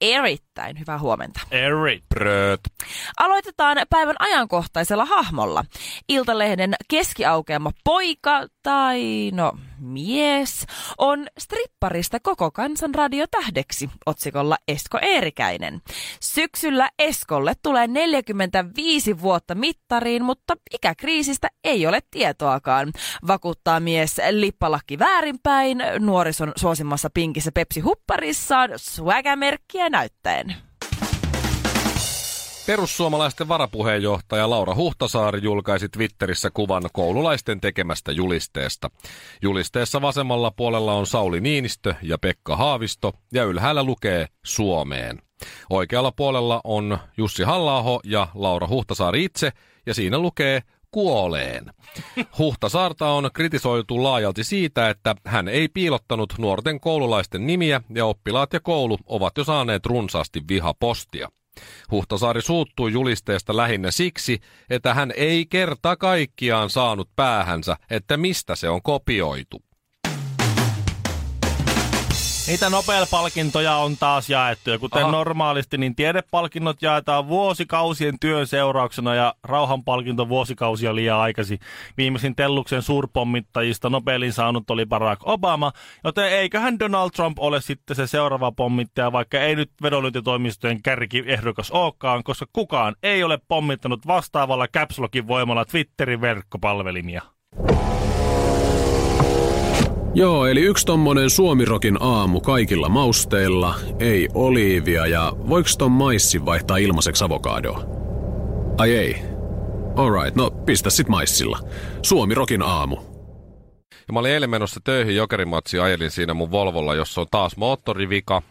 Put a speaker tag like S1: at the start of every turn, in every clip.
S1: Erittäin hyvää huomenta.
S2: Eric.
S3: Prööt.
S1: Aloitetaan päivän ajankohtaisella hahmolla. Iltalehden keskiaukeama poika tai no mies on stripparista koko kansan radiotähdeksi otsikolla Esko Eerikäinen. Syksyllä Eskolle tulee 45 vuotta mittariin, mutta ikäkriisistä ei ole tietoakaan. Vakuuttaa mies lippalakki väärinpäin, nuorison suosimmassa pinkissä Pepsi hupparissaan, swagamerkkiä näyttäen.
S3: Perussuomalaisten varapuheenjohtaja Laura Huhtasaari julkaisi Twitterissä kuvan koululaisten tekemästä julisteesta. Julisteessa vasemmalla puolella on Sauli Niinistö ja Pekka Haavisto ja ylhäällä lukee Suomeen. Oikealla puolella on Jussi halla ja Laura Huhtasaari itse ja siinä lukee kuoleen. Huhtasaarta on kritisoitu laajalti siitä, että hän ei piilottanut nuorten koululaisten nimiä ja oppilaat ja koulu ovat jo saaneet runsaasti vihapostia. Huhtasaari suuttui julisteesta lähinnä siksi, että hän ei kerta kaikkiaan saanut päähänsä, että mistä se on kopioitu.
S2: Niitä Nobel-palkintoja on taas jaettu ja kuten
S3: Aha.
S2: normaalisti, niin tiedepalkinnot jaetaan vuosikausien työn seurauksena ja rauhanpalkinto vuosikausia liian aikaisin. Viimeisin Telluksen suurpommittajista Nobelin saanut oli Barack Obama, joten eiköhän Donald Trump ole sitten se seuraava pommittaja, vaikka ei nyt vedonlyöntitoimistojen kärkiehdokas olekaan, koska kukaan ei ole pommittanut vastaavalla Caps Lockin voimalla Twitterin verkkopalvelimia.
S4: Joo, eli yksi tommonen suomirokin aamu kaikilla mausteilla, ei oliivia ja voiko ton maissi vaihtaa ilmaiseksi avokadoa? Ai ei. Alright, no pistä sit maissilla. Suomirokin aamu.
S3: Ja mä olin eilen menossa töihin jokerimatsi ajelin siinä mun Volvolla, jossa on taas moottorivika.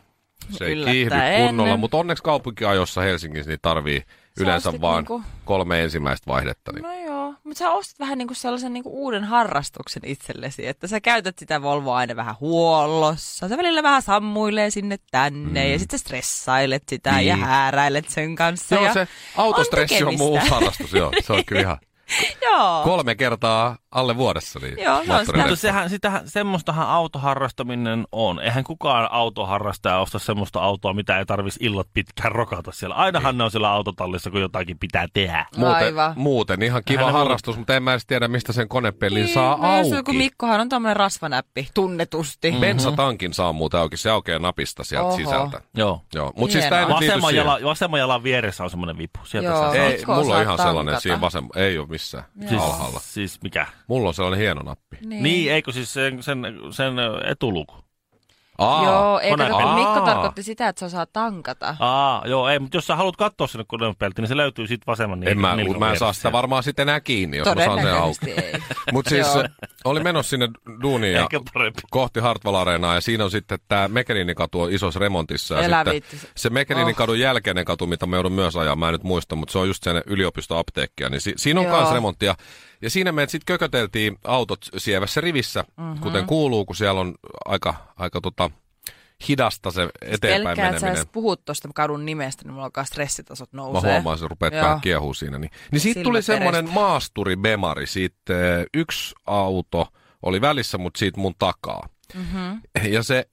S3: Se ei kiihdy
S1: Yllättäen.
S3: kunnolla, mutta onneksi kaupunkiajossa Helsingissä niin tarvii yleensä
S1: sit
S3: vaan
S1: niinku-
S3: kolme ensimmäistä vaihdetta. Niin.
S1: No joo, mutta sä ostit vähän niinku sellaisen niinku uuden harrastuksen itsellesi, että sä käytät sitä Volvoa aina vähän huollossa. Sä välillä vähän sammuilee sinne tänne mm. ja sitten stressailet sitä niin. ja
S3: Niin.
S1: hääräilet sen kanssa.
S3: joo,
S1: No, ja
S3: se autostressi on,
S1: tekemistä.
S3: muu harrastus, joo. Se on kyllä ihan
S1: joo.
S3: kolme kertaa alle vuodessa. Niin
S1: Joo, se on sitä.
S3: moottoriretki.
S2: Mutta sehän, sitähän, semmoistahan autoharrastaminen on. Eihän kukaan autoharrastaja osta semmoista autoa, mitä ei tarvitsisi illat pitkään rokata siellä. Ainahan ne on siellä autotallissa, kun jotakin pitää tehdä.
S3: Muuten,
S1: Aivan.
S3: muuten ihan kiva
S2: Hän on-
S3: harrastus, mutta en mä edes tiedä, mistä sen konepellin saa
S1: Niin, mä just-
S3: auki.
S1: Kun no Mikkohan on tämmöinen rasvanäppi, tunnetusti. Mm.
S2: Mm-hmm.
S3: Bensatankin saa muuten auki, se aukeaa napista sieltä
S1: Oho.
S3: sisältä.
S2: Joo.
S3: Joo, mutta siis
S1: Hienoa.
S3: tämä ei nyt liity
S2: Vasemman,
S3: siihen.
S2: jala, vasemman jalan vieressä on semmoinen vipu. Sieltä
S1: Joo.
S2: Joo. Sä
S3: Ei,
S1: Saatko
S3: mulla on
S1: osaa
S3: ihan sellainen
S1: tankata?
S3: siinä vasem... Ei ole missään
S2: siis,
S3: Joo. alhaalla.
S2: Siis mikä?
S3: Mulla on sellainen hieno nappi.
S2: Niin, niin eikö siis sen, sen, sen etuluku?
S3: Aa,
S1: Joo, ei
S2: kone-
S1: kato, kun Mikko
S3: Aa.
S1: tarkoitti sitä, että se osaa tankata.
S2: Aa, joo, ei, mutta jos sä haluat katsoa sinne konepeltiin, niin se löytyy sit vasemman
S3: en mä,
S2: nilkan
S3: mä en
S2: vieressä
S3: saa sitä
S2: sieltä.
S3: varmaan sitten enää kiinni, jos mä saan sen
S1: Todennäköisesti
S3: auki.
S1: ei.
S3: Mutta siis
S1: Joo.
S3: oli menossa sinne duuniin ja
S2: Ehkä parempi.
S3: kohti Hartwall Areenaa ja siinä on sitten tämä Mekelinin katu on isossa remontissa. Ja
S1: Elä Oh.
S3: sitten
S1: vittu.
S3: se Mekelinin kadun jälkeinen katu, mitä me joudun myös ajaa, mä en nyt muista, mutta se on just sen yliopistoapteekkia. Niin si- siinä on
S1: Joo.
S3: myös remonttia. Ja siinä meidät sitten kököteltiin autot sievässä rivissä, mm-hmm. kuten
S1: Mhm.
S3: kuuluu, kun siellä on aika, aika tota, hidasta
S1: Siis
S3: se eteenpäin
S1: Pelkää, että sä
S3: meneminen.
S1: edes puhut tuosta kadun nimestä, niin mulla alkaa stressitasot
S3: Mä
S1: nousee.
S3: huomaan, että rupeat
S1: Joo.
S3: vähän kiehuu siinä. Niin, niin siitä
S1: Silmät
S3: tuli semmoinen maasturi bemari. Sitten yksi auto oli välissä, mutta siitä mun takaa. Mm-hmm. Ja se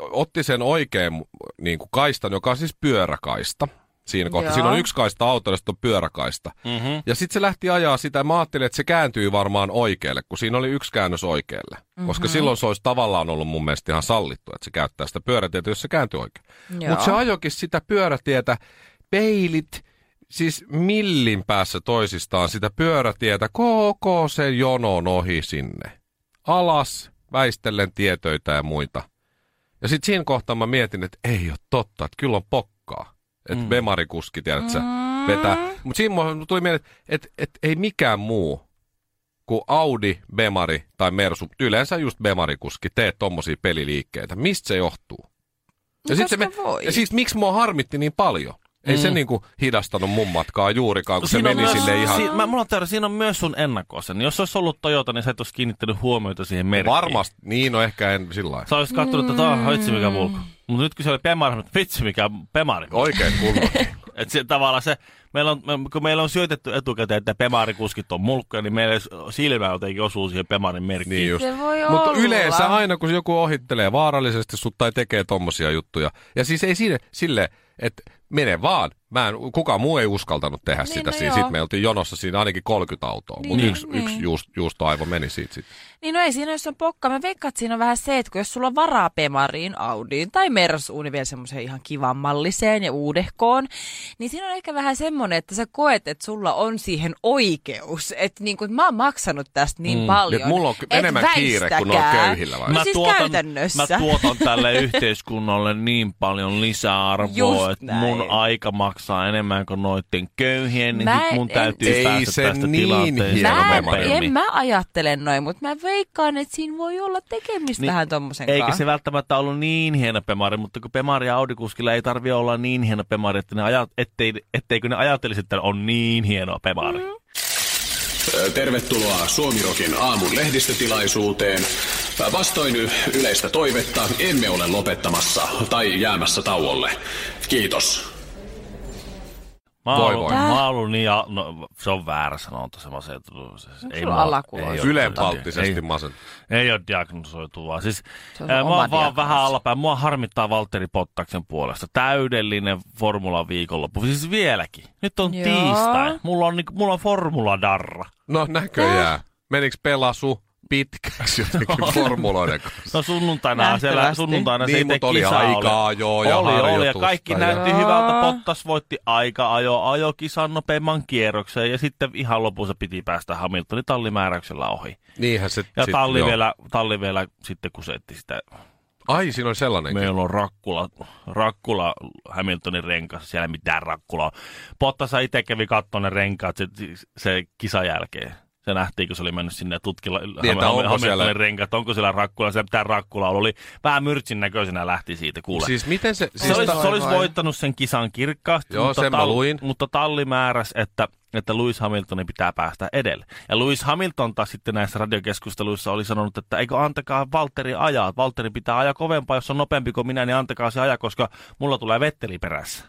S3: otti sen oikein niin kuin kaistan, joka on siis pyöräkaista. Siinä kohtaa.
S1: Joo.
S3: Siinä on yksi kaista auto, ja sitten on pyöräkaista.
S2: Mm-hmm.
S3: Ja sitten se lähti ajaa sitä. Mä ajattelin, että se kääntyy varmaan oikealle, kun siinä oli yksi käännös oikealle. Mm-hmm. Koska silloin se olisi tavallaan ollut mun mielestä ihan sallittu, että se käyttää sitä pyörätietä, jos se kääntyy oikein.
S1: Joo.
S3: Mutta se ajokin sitä pyörätietä, peilit, siis millin päässä toisistaan sitä pyörätietä, koko sen jonon ohi sinne. Alas, väistellen tietöitä ja muita. Ja sitten siinä kohtaa mä mietin, että ei ole totta, että kyllä on pokkaa. Että mm. Bemari-kuski, tiedätkö, mm. vetää. Mutta siinä mulla tuli mieleen, että et, et ei mikään muu kuin Audi, Bemari tai Mersu, yleensä just Bemari-kuski, tee tommosia peliliikkeitä. Mistä se johtuu? Ja, sit se me,
S1: koska voi.
S3: ja siis miksi mua harmitti niin paljon? Ei mm. se niinku hidastanut mun matkaa juurikaan, kun
S2: Siinä
S3: se
S2: on
S3: meni
S2: myös,
S3: sille ihan...
S2: Si, mä, mulla on teoria, siinä on myös sun ennakkoosa. Niin jos olisi ollut Toyota, niin sä et olisi kiinnittänyt huomiota siihen merkkiin.
S3: Varmasti, niin no ehkä en sillä lailla.
S2: Sä olisit katsonut, että tämä on vitsi
S1: Mm.
S2: mikä vulko. Mutta nyt kun se oli Pemari, niin vitsi mikä Pemari.
S3: Oikein kunnon.
S2: Et se, tavallaan se, meillä on, me- kun meillä on syötetty etukäteen, että Pemari-kuskit on mulkkuja, niin meillä s- silmä jotenkin osuu siihen Pemarin merkkiin.
S3: Niin just.
S1: Se voi
S3: Mutta
S1: olla.
S3: yleensä aina, kun joku ohittelee vaarallisesti sut tai tekee tommosia juttuja. Ja siis ei siinä, sille, että mene vaan. Mä en, kukaan muu ei uskaltanut tehdä
S1: Niin,
S3: niin,
S1: no
S3: sitä. No
S1: joo.
S3: Sitten me oltiin jonossa siinä ainakin 30 autoa. Niin, Mutta
S1: Niin.
S3: yksi,
S1: Niin.
S3: yksi juust, juustoaivo meni siitä sitten.
S1: Niin no ei siinä, jos on pokka. Mä veikkaan, että siinä on vähän se, että kun jos sulla on varaa Pemariin, Audiin tai Mersuun, niin vielä semmoiseen ihan kivan malliseen ja uudehkoon, niin siinä on ehkä vähän semmoinen, että sä koet, että sulla on siihen oikeus. Että niin kuin, mä oon maksanut tästä niin mm. paljon.
S3: Nyt mulla on
S1: et
S3: enemmän kiire, kun on
S1: väistäkää.
S3: köyhillä vai?
S1: No siis käytännössä.
S2: mä tuotan tälle yhteiskunnalle niin paljon
S1: Just
S2: lisäarvoa, että
S1: näin.
S2: mun aika maksaa enemmän kuin noitten köyhien, niin
S1: Mä
S2: sit mun
S1: en-
S2: täytyy
S3: Ei
S2: päästä
S3: se
S2: tästä
S3: niin
S2: tilanteesta
S3: hieno
S1: Mä, en,
S3: Pemari.
S2: nopeammin.
S1: en mä ajattele noin, mutta mä veikkaan, että siinä voi olla tekemistä
S2: Niin,
S1: niin, vähän tommosen
S2: Eikä
S1: kanssa.
S2: se välttämättä ollut niin hieno pemari, mutta kun pemari ja audikuskilla ei tarvi olla niin hieno pemari, että ne ajat, ettei, etteikö ne ajattelisi, että on niin hieno pemari.
S1: Mm-hmm.
S2: Mm.
S4: Ö, Tervetuloa Suomirokin aamun lehdistötilaisuuteen. Ö, Vastoin y- yleistä toivetta emme ole lopettamassa tai jäämässä tauolle. Kiitos.
S2: Mä
S3: Voi
S2: oon ollut,
S3: voi.
S2: mä oon ollut niin, ja, no, se on väärä sanonta se masentunut. Siis, ei
S1: sulla
S2: mä-
S1: alakulossa?
S2: ei oo-
S3: Ylenpalttisesti
S2: ei-
S3: masen.
S2: Ei ole diagnosoituvaa. Siis,
S1: Se on
S2: ää,
S1: oma
S2: mä oon vaan
S1: diagnoosi.
S2: vähän alapäin. Mua harmittaa Valtteri Pottaksen puolesta. Täydellinen formula viikonloppu. Siis vieläkin. Nyt on
S1: Joo.
S2: Joo. tiistai. Mulla on, niinku, mulla on formuladarra.
S3: No näköjään. Meniks pelasu pitkäksi jotenkin formuloiden kanssa?
S2: No sunnuntaina,
S1: Nähtävästi.
S2: siellä sunnuntaina se
S3: Niin,
S2: itse
S3: mut oli
S2: kisa
S3: aikaa
S2: oli.
S3: joo ja
S2: oli, oli, ja
S3: harjoitusta
S2: kaikki
S3: ja-
S2: näytti
S1: Joo.
S2: hyvältä. Pottas voitti aika ajo, ajo kisan nopeimman kierroksen ja sitten ihan lopussa piti päästä Hamiltonin tallimääräyksellä ohi.
S3: Niinhän se
S2: Ja
S3: sit-
S2: talli,
S3: joo.
S2: vielä, talli vielä sitten kusetti sitä
S3: Ai, siinä oli sellainenkin.
S2: Meillä on Rakkula, Rakkula Hamiltonin renkas, siellä ei mitään Rakkulaa. Pottasa itse kävi kattoon ne renkaat se, se kisan jälkeen. Se nähtiin, kun se oli mennyt sinne ja tutkilla
S3: Niin, että
S2: Ham- Ham-
S3: onko
S2: Hamiltonin
S3: siellä-
S2: renkaat, onko siellä Rakkula, siellä pitää Rakkula ollut. Oli vähän myrtsin näköisenä lähti siitä, kuule.
S3: Siis miten se...
S2: Se
S3: Siis
S2: olisi,
S3: ta-
S2: se olisi voittanut sen kisan kirkkaasti,
S3: Joo,
S2: mutta,
S3: sen mä luin.
S2: mutta talli määräsi, että, että Lewis Hamiltonin pitää päästä edelle. Ja Lewis Hamilton taas sitten näissä radiokeskusteluissa oli sanonut, että eikö antakaa Valtteri ajaa. Valtteri pitää ajaa kovempaa, jos on nopeampi kuin minä, niin antakaa se ajaa, koska mulla tulee vetteli perässä.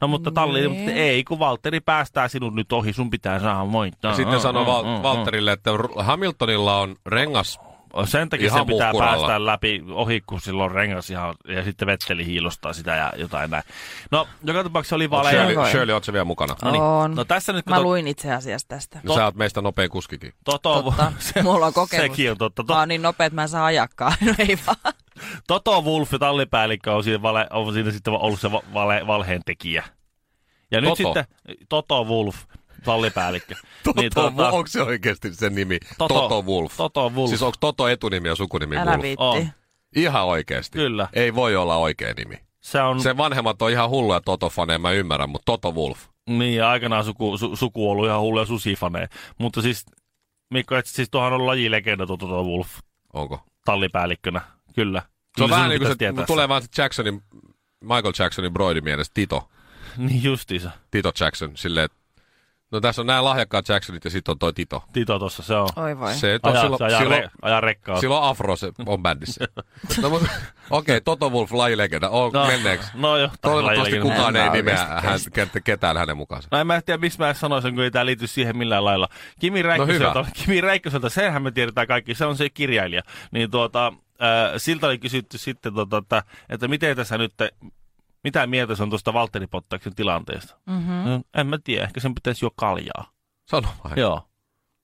S2: No mutta talli,
S3: Niin.
S1: Nee.
S2: mutta ei, kun Valtteri päästää sinut nyt ohi, sun pitää saada voittaa. Mm,
S3: Ja sitten sanoi Val- Valterille, että Ru- Hamiltonilla on rengas.
S2: Sen takia
S3: Ihan
S2: se pitää
S3: mukkuralla.
S2: päästä läpi ohi, kun silloin rengas ihan, ja sitten vetteli hiilostaa sitä ja jotain näin. No, joka tapauksessa oli vale.
S3: Shirley,
S1: Vai-
S3: Shirley, ootko sä vielä mukana?
S2: No niin.
S1: On.
S2: No tässä nyt, kun
S1: Mä
S2: to,
S1: luin itse asiassa tästä.
S3: No, sä oot meistä nopea kuskikin.
S2: Toto,
S1: Totta. Mulla on kokemus.
S2: Sekin on totta.
S1: Mä
S2: To,
S1: oon niin nopea, että mä en saa ajakaan. No ei vaan.
S2: Toto Wolff, tallipäällikkö, on siinä, vale, on siinä sitten ollut se va- vale, valheen tekijä. Ja nyt
S3: Toto.
S2: sitten Toto Wolff, tallipäällikkö. niin, tota,
S3: onko se oikeasti sen nimi?
S2: Toto-
S3: Toto, Wolf.
S2: Toto Wolff.
S3: Siis onko Toto etunimi ja sukunimi
S1: Älä
S3: Wolf?
S2: On.
S1: viitti.
S3: Ihan oikeasti.
S2: Kyllä. Mm.
S3: Ei voi olla oikea nimi.
S2: se on, se...
S3: Sen vanhemmat on ihan hulluja Toto-faneja, mä ymmärrän, mutta Toto Wolf.
S2: niin ja aikanaan suku, su, suku ollut ihan hulluja susifaneja. Mutta siis, Mikko, et, siis tuohan on lajilegenda tuo Toto Wolff
S3: Onko? Se
S2: tallipäällikkönä. Kyllä.
S3: on
S2: Kyllä
S3: vähän niin
S2: sinun
S3: kuin
S2: pitäisi
S3: se
S2: tietää
S3: tulee vaan se Jacksonin, Michael Jacksonin broidi mielestä Tito.
S2: se. Niin justiinsa.
S3: Tito Jackson, silleen, että no tässä on nämä lahjakkaat Jacksonit ja sitten on toi Tito.
S2: Tito tuossa se on.
S1: Oi voi.
S3: Se, että on
S2: Ajaa,
S3: silloin,
S2: se ajaa,
S3: silloin,
S2: re, ajaa rekkaa.
S3: Silloin afro se on bändissä. No, mut- Okei, okay, Toto Wolf lajilegenda. Oh, no, menneeksi?
S2: No joo.
S3: Toivottavasti
S2: lajilegenda.
S3: kukaan
S1: En
S3: ei
S1: mä
S3: nimeä
S1: oikeesti
S3: hän, ket- ketään hänen mukaansa.
S2: No en mä tiedä, miksi mä edes sanoisin, kun ei tää liity siihen millään lailla. Kimi Räikköseltä,
S3: No hyvä.
S2: Kimi Räikköseltä, senhän me tiedetään kaikki, se on se kirjailija. Niin tuota, äh, siltä oli kysytty sitten, tuota, että, että miten tässä nyt, mitä mieltä se on tuosta Valtteri Pottaksen tilanteesta? Mm-hmm. No, en mä tiedä, ehkä sen pitäisi jo kaljaa.
S3: Sano vain.
S2: Joo.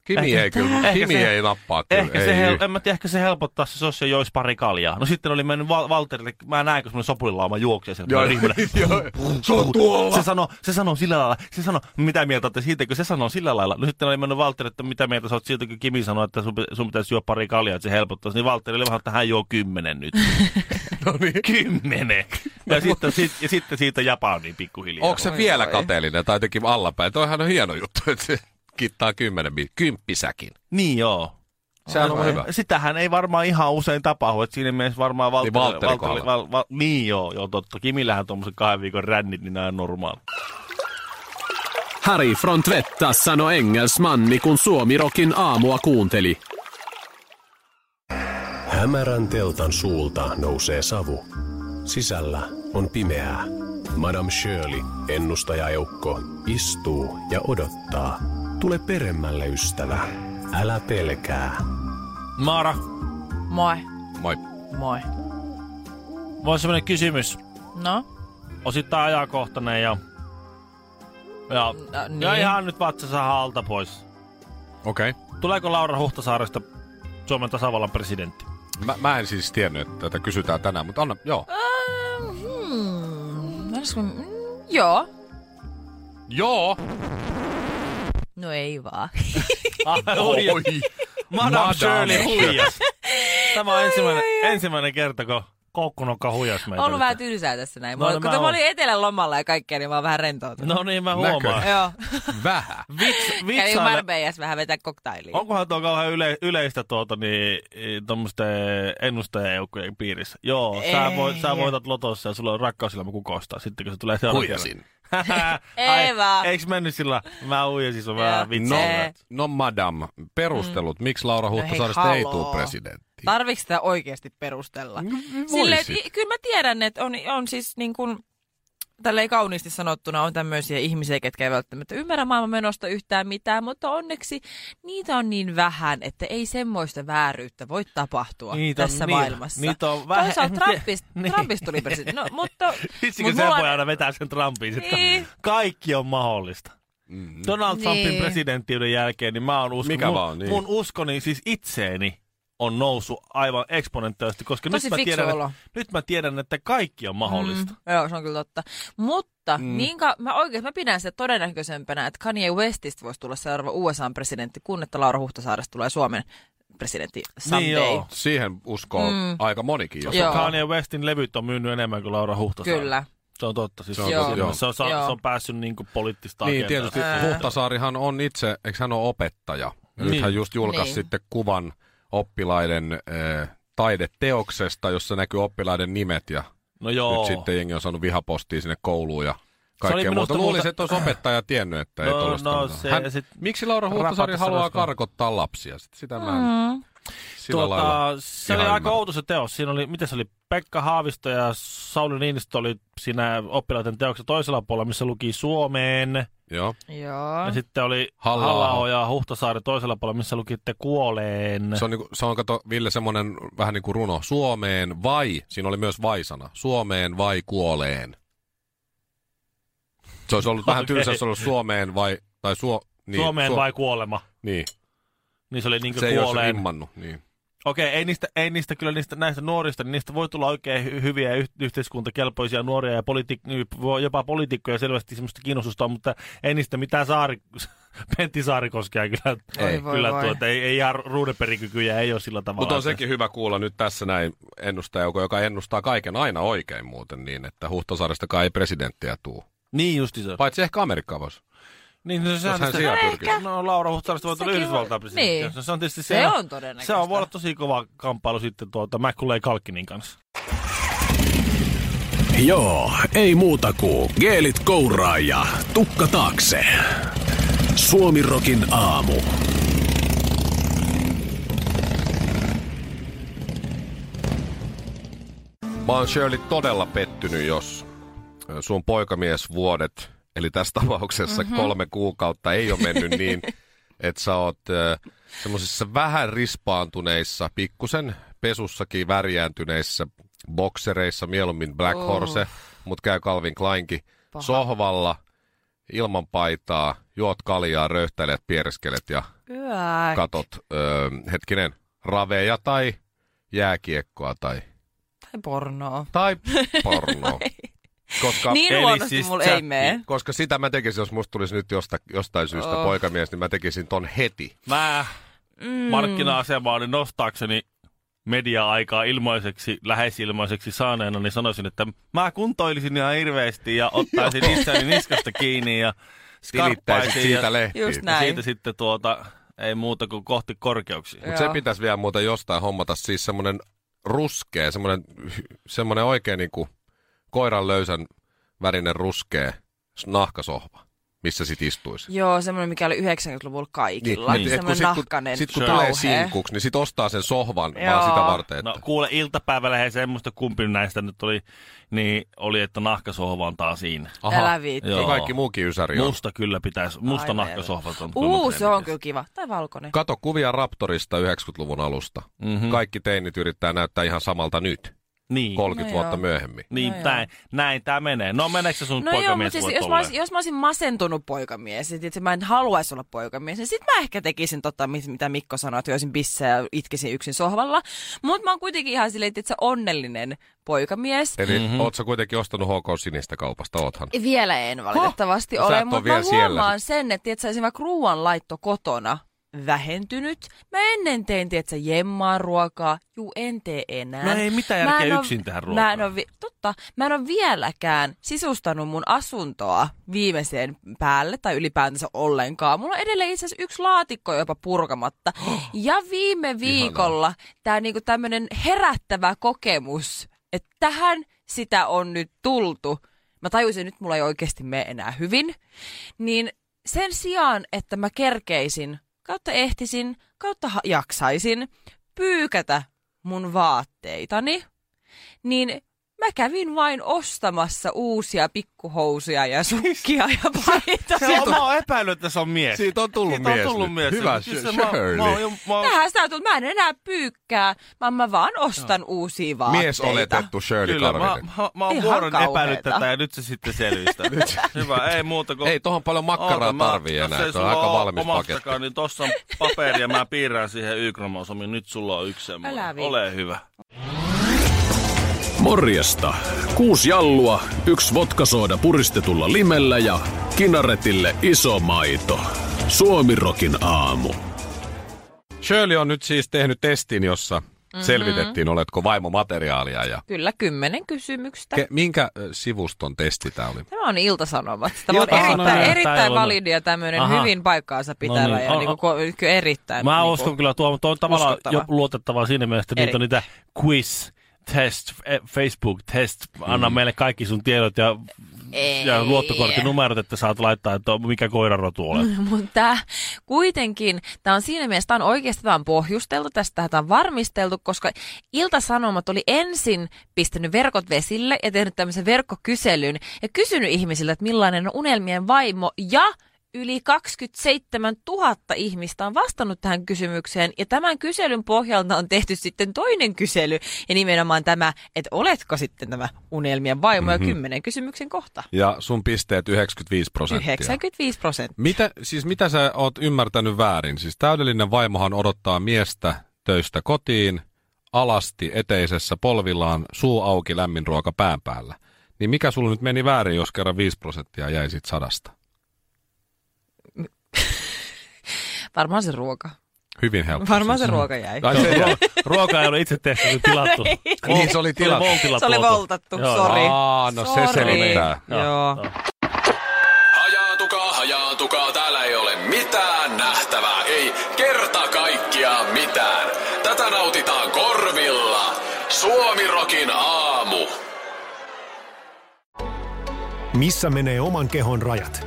S3: Kimi
S2: Ehkä-
S3: ei kyllä,
S2: ehkä
S3: Kimi
S2: se-
S3: ei nappaa kyllä.
S2: Ehkä
S3: ei
S2: se, hel-
S3: yhtään.
S2: en mä tiedä, ehkä se helpottaa se, jos se joisi pari kaljaa. No sitten oli mennyt Val- Valterille, mä näin, kun semmoinen sopulilauma juoksee sieltä.
S3: Joo,
S2: semmoinen
S3: joo, se on tuolla.
S2: Se sanoo, se sanoo sillä lailla, se sanoo, mitä mieltä olette siitä, kun se sanoo sillä lailla. No sitten oli mennyt Valtteri, että mitä mieltä sä oot siitä, kun Kimi sanoi, että sun, pitä- sun pitäisi juoda pari kaljaa, että se helpottaisi. Niin Valtteri oli vähän, että hän juo kymmenen nyt.
S3: No niin.
S2: Kymmenen! Ja, sitten, sit, ja sitten siitä Japaniin pikkuhiljaa.
S3: Onko se vielä kateellinen tai jotenkin allapäin? Toihan on hieno juttu, että se kittaa kymmenen bil- kymppisäkin.
S2: Niin joo.
S3: Sehän on hyvä.
S2: Sitähän ei varmaan ihan usein tapahdu, että siinä mielessä varmaan Valtteri...
S3: Niin Valtteri kohdalla.
S2: val, val, niin joo, joo totta. Kimillähän tuommoisen kahden viikon rännit, niin nämä on normaali.
S4: Harry från Tvetta sanoi engelsmanni, kun Suomirokin aamua kuunteli.
S5: Hämärän teltan suulta nousee savu. Sisällä on pimeää. Madame Shirley, ennustajajoukko, istuu ja odottaa. Tule peremmälle, ystävä. Älä pelkää.
S2: Maara,
S1: Moi.
S3: Moi.
S1: Moi.
S2: voi semmoinen kysymys.
S1: No?
S2: Osittain ajankohtainen ja... Ja,
S1: No, niin.
S2: ja ihan nyt vatsassa alta pois.
S3: Okei. Okay.
S2: Tuleeko Laura Huhtasaaresta Suomen tasavallan presidentti?
S3: Mä, mä, en siis tiennyt, että tätä kysytään tänään, mutta anna, joo.
S1: Ähm, hmm. Olisiko- mm, Joo.
S3: Joo!
S1: No ei vaan. Ah,
S3: Oi. Madame
S2: Madame Shirley
S3: Shirley.
S2: huijas. Tämä on ensimmäinen, ensimmäinen kerta, kun koukkunokka huijas meitä.
S1: On ollut vähän
S2: nyt.
S1: tylsää tässä näin.
S2: No,
S1: No,
S2: no
S1: kun
S2: mä
S1: mä
S2: oon.
S1: olin etelän lomalla ja kaikkea, niin mä oon vähän rentoutunut.
S2: No niin, mä
S3: Näkö.
S2: huomaan.
S1: Joo.
S3: Vähän.
S2: Vits,
S1: Kävin
S2: vitsaile,
S1: Marbeias vähän vetää koktailia.
S2: Niin. Onkohan tuo kauhean yle, yleistä tuota, niin, i- tommosten ennustajajoukkojen piirissä? Joo, sä,
S1: Ei.
S2: voit, sä voitat lotossa ja sulla on rakkausilma kukoistaa, sitten kun se tulee seuraavaksi.
S3: Huijasin.
S1: Ei vaan.
S2: Eiks mennyt sillä? Mä huijasin sun
S1: Joo.
S2: vähän
S3: No,
S2: vitsailla.
S3: no madam, perustelut, mm. miksi Laura Huhtasaaresta
S1: No hei,
S3: ei
S1: haloo.
S3: tule presidentti? Mm,
S1: Tarviiko sitä oikeasti perustella? Silleen,
S3: voisi.
S1: et- kyllä mä tiedän, että on, on siis niin kuin, tällä ei kauniisti sanottuna, on tämmöisiä ihmisiä, ketkä ei välttämättä ymmärrä maailman menosta yhtään mitään, mutta onneksi niitä on niin vähän, että ei semmoista vääryyttä voi tapahtua
S2: Niitä on
S1: tässä
S2: niin-
S1: maailmassa.
S2: niitä on vähän-
S1: Toisaalta Trumpista,
S2: Niin.
S1: Trumpista tuli presidentti. No, mutta,
S2: Vitsikö
S1: mut
S2: se
S1: mulla on-
S2: voi aina vetää sen Trumpin sitten?
S1: Niin.
S2: Kaikki on mahdollista. Mm. Donald Trumpin
S1: Niin.
S2: presidenttiyden jälkeen, niin mä oon usko,
S3: Mikä
S2: mun,
S3: vaan, niin.
S2: mun uskoni siis itseeni on noussut aivan eksponentiaalisesti, koska
S1: Tosi
S2: nyt mä,
S1: fiksu
S2: tiedän,
S1: olo.
S2: että, nyt mä tiedän, että kaikki on mahdollista.
S1: Mm, joo, se on kyllä totta. Mutta mm. niin ka- mä oikein mä pidän sitä todennäköisempänä, että Kanye Westistä voisi tulla seuraava USA-presidentti, kun että Laura Huhtasaaresta tulee Suomen presidentti someday.
S2: Niin joo.
S3: Siihen uskoo mm.
S1: Mm.
S3: aika monikin, jos
S1: Joo.
S3: on
S2: Kanye Westin levyt on myynyt enemmän kuin Laura Huhtasaari.
S1: Kyllä.
S2: Se on totta. Siis
S3: Se
S2: se,
S3: on
S2: on,
S1: Joo. totta,
S2: se,
S3: joo.
S2: on, se, on,
S1: Joo.
S2: se on päässyt niin kuin poliittista
S3: Niin,
S2: agendaa.
S3: tietysti Huhtasaarihan on itse, eikö hän ole opettaja? Ja Nyt
S2: Niin.
S3: hän just julkaisi
S1: Niin.
S3: sitten kuvan oppilaiden eh, taideteoksesta, jossa näkyy oppilaiden nimet ja
S2: No
S3: oh.
S2: joo.
S3: nyt sitten jengi on saanut vihapostia sinne kouluun ja
S2: oli
S3: kaikkea
S2: minusta
S3: muuta. Luulisin,
S2: muuta-
S3: että olisi opettaja tiennyt, että ei
S2: No,
S3: tuollaista
S2: no,
S3: kannata.
S2: se
S3: hän,
S2: sit-
S3: Miksi Laura Huhtasaari
S2: Rapatessa
S3: haluaa
S2: nostaa.
S3: karkottaa lapsia? Sit Sitä mä
S1: Mm.
S3: en sillä lailla.
S2: Tuota, se
S3: ihan
S2: oli aika
S3: ymmärrä.
S2: outo se teos. Siinä oli, miten se oli, Pekka Haavisto ja Sauli Niinistö oli siinä oppilaiden teoksessa toisella puolella, missä luki Suomeen.
S3: Joo.
S1: Joo.
S2: Ja sitten oli
S3: Halla-aho.
S2: halla ja Huhtasaari toisella puolella, missä luki että kuoleen.
S3: Se on, niinku, se on kato, Ville, semmoinen vähän niin kuin runo. Suomeen vai, siinä oli myös vai-sana. Suomeen vai kuoleen. Se olisi ollut vähän
S2: Okei.
S3: tylsä, jos olisi ollut Suomeen vai, tai suo, niin,
S2: Suomeen
S3: suo-
S2: vai kuolema?
S3: Niin,
S2: Niin se oli niin
S3: se ei olisi
S2: kuoleen.
S3: rimmannut. Niin.
S2: Okei, ei niistä, ei niistä kyllä niistä, näistä nuorista, niin niistä voi tulla oikein hy- hyviä yh- yhteiskuntakelpoisia nuoria ja poliitik- niin voi jopa poliitikkoja selvästi semmoista kiinnostusta, on, mutta ei niistä mitään saari, Pentti Saarikoskea kyllä,
S1: Ei,
S2: ei,
S1: voi,
S2: kyllä
S1: voi.
S2: Tuota, ei, ei ihan ruudeperikykyjä, ei ole sillä tavalla.
S3: Mutta on
S2: että-
S3: sekin hyvä kuulla nyt tässä näin ennustajauko, joka ennustaa kaiken aina oikein muuten niin, että Huhtasaarestakaan ei presidenttiä tuu.
S2: Niin justi se.
S3: Paitsi ehkä Amerikkaa voisi.
S2: Niin, no, sehän
S3: Jos hän
S2: tietysti-
S3: siellä pyrkisi.
S2: No Laura Huhtarista voi tulla
S1: Sekin
S2: Yhdysvaltain
S1: voi-
S2: presidentti.
S1: niin.
S2: No, Se on tietysti
S1: Se on todennäköistä.
S2: Se on voi olla tosi kova kamppailu sitten tuota Mäkkylä Kalkkinin kanssa.
S5: Joo, ei muuta kuin geelit kouraa ja tukka taakse. Suomirokin aamu.
S3: Mä oon Shirley todella pettynyt, jos ö, sun poikamiesvuodet, eli tässä tapauksessa mm-hmm. kolme kuukautta, ei ole mennyt niin, että sä oot semmoisissa vähän rispaantuneissa, pikkusen pesussakin värjääntyneissä boksereissa, mieluummin Black
S1: Oh.
S3: Horse, mutta käy Calvin Kleinkin sohvalla ilman paitaa, juot kaljaa, röyhtäilet, piereskelet ja
S1: Yäk.
S3: katot, ö, hetkinen, raveja tai jääkiekkoa tai
S1: Tai pornoa.
S3: tai porno. Koska,
S1: Niin
S3: eli siis
S1: huonosti mulla ei
S3: chatti.
S1: mene.
S3: Koska sitä mä tekisin, jos musta tulisi nyt josta, jostain syystä oh.
S1: Niin. Oh.
S3: poikamies, niin mä tekisin ton heti.
S2: Mä mm. markkina-asemaa niin nostaakseni media-aikaa ilmaiseksi, lähes ilmaiseksi saaneena, niin sanoisin, että mä kuntoilisin ihan hirveästi ja ottaisin itseni niskasta kiinni ja
S3: Tilittäisit
S2: skarppaisin.
S3: siitä
S2: ja,
S3: lehtiin.
S1: Just
S2: ja
S1: Näin.
S2: siitä sitten tuota, Ei muuta kuin kohti korkeuksia.
S3: Mutta se
S1: Joo.
S3: pitäisi vielä muuten jostain hommata. Siis semmoinen ruskea, semmoinen, semmoinen oikein niinku koiran löysän värinen ruskea nahkasohva, missä sit istuisi.
S1: Joo, semmoinen, mikä oli 90-luvulla kaikilla.
S3: et-
S1: Niin,
S3: et
S1: semmoinen
S3: sit, kun,
S1: nahkanen,
S3: sit kun
S1: kauhea.
S3: tulee sinkuksi, niin sit ostaa sen sohvan Joo. vaan
S1: Joo.
S3: sitä varten. Että...
S2: No kuule, iltapäivällä he semmoista kumpi näistä nyt oli, niin oli, että nahkasohva on taas siinä.
S1: Älä viitti.
S3: Ja
S2: Joo.
S3: kaikki muukin ysäri on.
S2: Musta kyllä pitäisi, musta
S1: Ai,
S2: nahkasohva on.
S1: Uu, se on kyllä kiva. Tai valkoinen.
S3: Kato kuvia Raptorista 90-luvun alusta.
S2: Mm-hmm.
S3: Kaikki teinit yrittää näyttää ihan samalta nyt,
S2: Niin,
S3: 30
S1: No
S3: vuotta
S1: joo.
S3: myöhemmin.
S2: niin
S1: No joo.
S2: näin, näin tämä menee. No meneekö se sun
S1: No joo, mutta
S2: poikamies
S1: siis
S2: voi
S1: jos mä,
S2: tolleen?
S1: olisin, jos mä olisin masentunut poikamies, että mä en haluaisi olla poikamies, niin sit mä ehkä tekisin tota, mit- mitä Mikko sanoi, että joisin bissejä ja itkisin yksin sohvalla. Mutta mä oon kuitenkin ihan silleen, että se onnellinen poikamies.
S3: Eli mm-hmm. oot sä kuitenkin ostanut HK Sinistä kaupasta, oothan.
S1: Vielä en valitettavasti
S3: Sä
S1: ole,
S3: et oo
S1: mutta
S3: vielä
S1: mä
S3: siellä.
S1: huomaan sen, että tietsä, esimerkiksi ruoan laitto kotona vähentynyt. Mä ennen tein, tietsä, jemmaa ruokaa. Juu, en tee enää.
S2: No ei mitään
S1: Mä en
S2: järkeä
S1: oo-
S2: yksin tehdä
S1: Mä
S2: ruokaa.
S1: en ole, vi- totta, mä en ole vieläkään sisustanut mun asuntoa viimeiseen päälle tai ylipäätänsä ollenkaan. Mulla on edelleen itse asiassa yksi laatikko jopa purkamatta. Ja viime viikolla tämä niinku tämmönen herättävä kokemus, että tähän sitä on nyt tultu. Mä tajusin, että nyt mulla ei oikeasti mene enää hyvin. Niin sen sijaan, että mä kerkeisin, kautta ehtisin, kautta ha- jaksaisin pyykätä mun vaatteitani, niin mä kävin vain ostamassa uusia pikkuhousuja ja sukkia ja
S2: Se
S1: paitoja.
S2: on, mä oon epäillyt, että se on mies.
S3: Siitä on tullut
S2: Siitä
S3: mies
S2: on tullut
S3: nyt.
S2: mies.
S3: Hyvä,
S2: Kyllä se-
S3: Shir-
S2: mä oon-
S3: Shirley.
S2: Mä, oon jo- mä, oon-
S1: Tähän sitä tuntuu, mä en enää pyykkää, vaan mä vaan ostan uusia vaatteita.
S3: Mies oletettu Shirley
S2: Kyllä, mä,
S3: Karvinen.
S2: mä, mä oon
S1: Ihan
S2: vuoron
S1: kauheeta.
S2: epäillyt tätä ja nyt se sitten selvistä. Hyvä, ei muuta kuin...
S3: Ei tohon paljon makkaraa
S2: Oota, mä-
S3: tarvii
S2: jos
S3: enää,
S2: ei
S3: se on
S2: sulla
S3: aika
S2: oo
S3: valmis
S2: omastakaan,
S3: paketti.
S2: niin tossa on paperia, mä piirrän siihen Y-kromosomin. Nyt sulla on yksi
S1: Älä
S2: semmoinen.
S1: viitti.
S2: Ole hyvä.
S5: Morjesta. Kuusi jallua, yksi vodkasooda puristetulla limellä ja kinaretille iso maito. Suomirokin aamu.
S3: Shirley on nyt siis tehnyt testin, jossa
S2: Mhm.
S3: mm-hmm. selvitettiin, oletko vaimomateriaalia. Ja
S1: Kyllä, kymmenen kysymystä.
S3: ke, minkä ö, sivuston testi tämä oli?
S1: Tämä on iltasanomat. Tämä on
S2: Iltasanomat.
S1: erittäin,
S2: Tää ei
S1: erittäin
S2: ollut.
S1: validia tämmöinen
S2: Aha.
S1: hyvin paikkaansa pitävä
S2: No niin.
S1: ja
S2: O-
S1: niinku, ko- kyllä erittäin.
S2: Mä
S1: niinku-
S2: uskon kyllä tuo, mutta on tavallaan jo
S1: uskottava.
S2: luotettavaa siinä mielessä, että niitä on niitä quiz test, eh, Facebook test,
S3: Mm.
S2: anna meille kaikki sun tiedot ja,
S1: Ei.
S2: ja luottokorttinumerot, että saat laittaa, että mikä koirarotu olet.
S1: mutta kuitenkin tämä on siinä mielessä, tämä on oikeasti tämä on pohjusteltu, tästä tämä on varmisteltu, koska Ilta-Sanomat oli ensin pistänyt verkot vesille ja tehnyt tämmöisen verkkokyselyn ja kysynyt ihmisiltä, että millainen on unelmien vaimo ja Yli 27 000 ihmistä on vastannut tähän kysymykseen ja tämän kyselyn pohjalta on tehty sitten toinen kysely ja nimenomaan tämä, että oletko sitten tämä unelmien vaimo ja kymmenen kysymyksen kohta.
S3: Ja sun pisteet 95 prosenttia.
S1: 95 prosenttia.
S3: Mitä, siis mitä sä oot ymmärtänyt väärin? Siis täydellinen vaimohan odottaa miestä töistä kotiin, alasti eteisessä polvillaan, suu auki, lämmin ruoka pään päällä. Niin mikä sulla nyt meni väärin, jos kerran 5 prosenttia jäi sit sadasta?
S1: Varmaan se ruoka.
S3: Hyvin helppo.
S1: Varmaan se
S3: siis.
S1: ruoka jäi.
S3: Ai, se, jäi.
S2: Ruoka ei ole itse tehty, se oli tilattu.
S3: niin se oli tilattu.
S1: Se oli voltattu, sori.
S3: Aa, no se
S1: Sori.
S3: selittää.
S1: Joo. Joo.
S5: Hajaatukaa, hajaatukaa, täällä ei ole mitään nähtävää, ei kerta kaikkiaan mitään. Tätä nautitaan korvilla. Suomirokin aamu.
S6: Missä menee oman kehon rajat?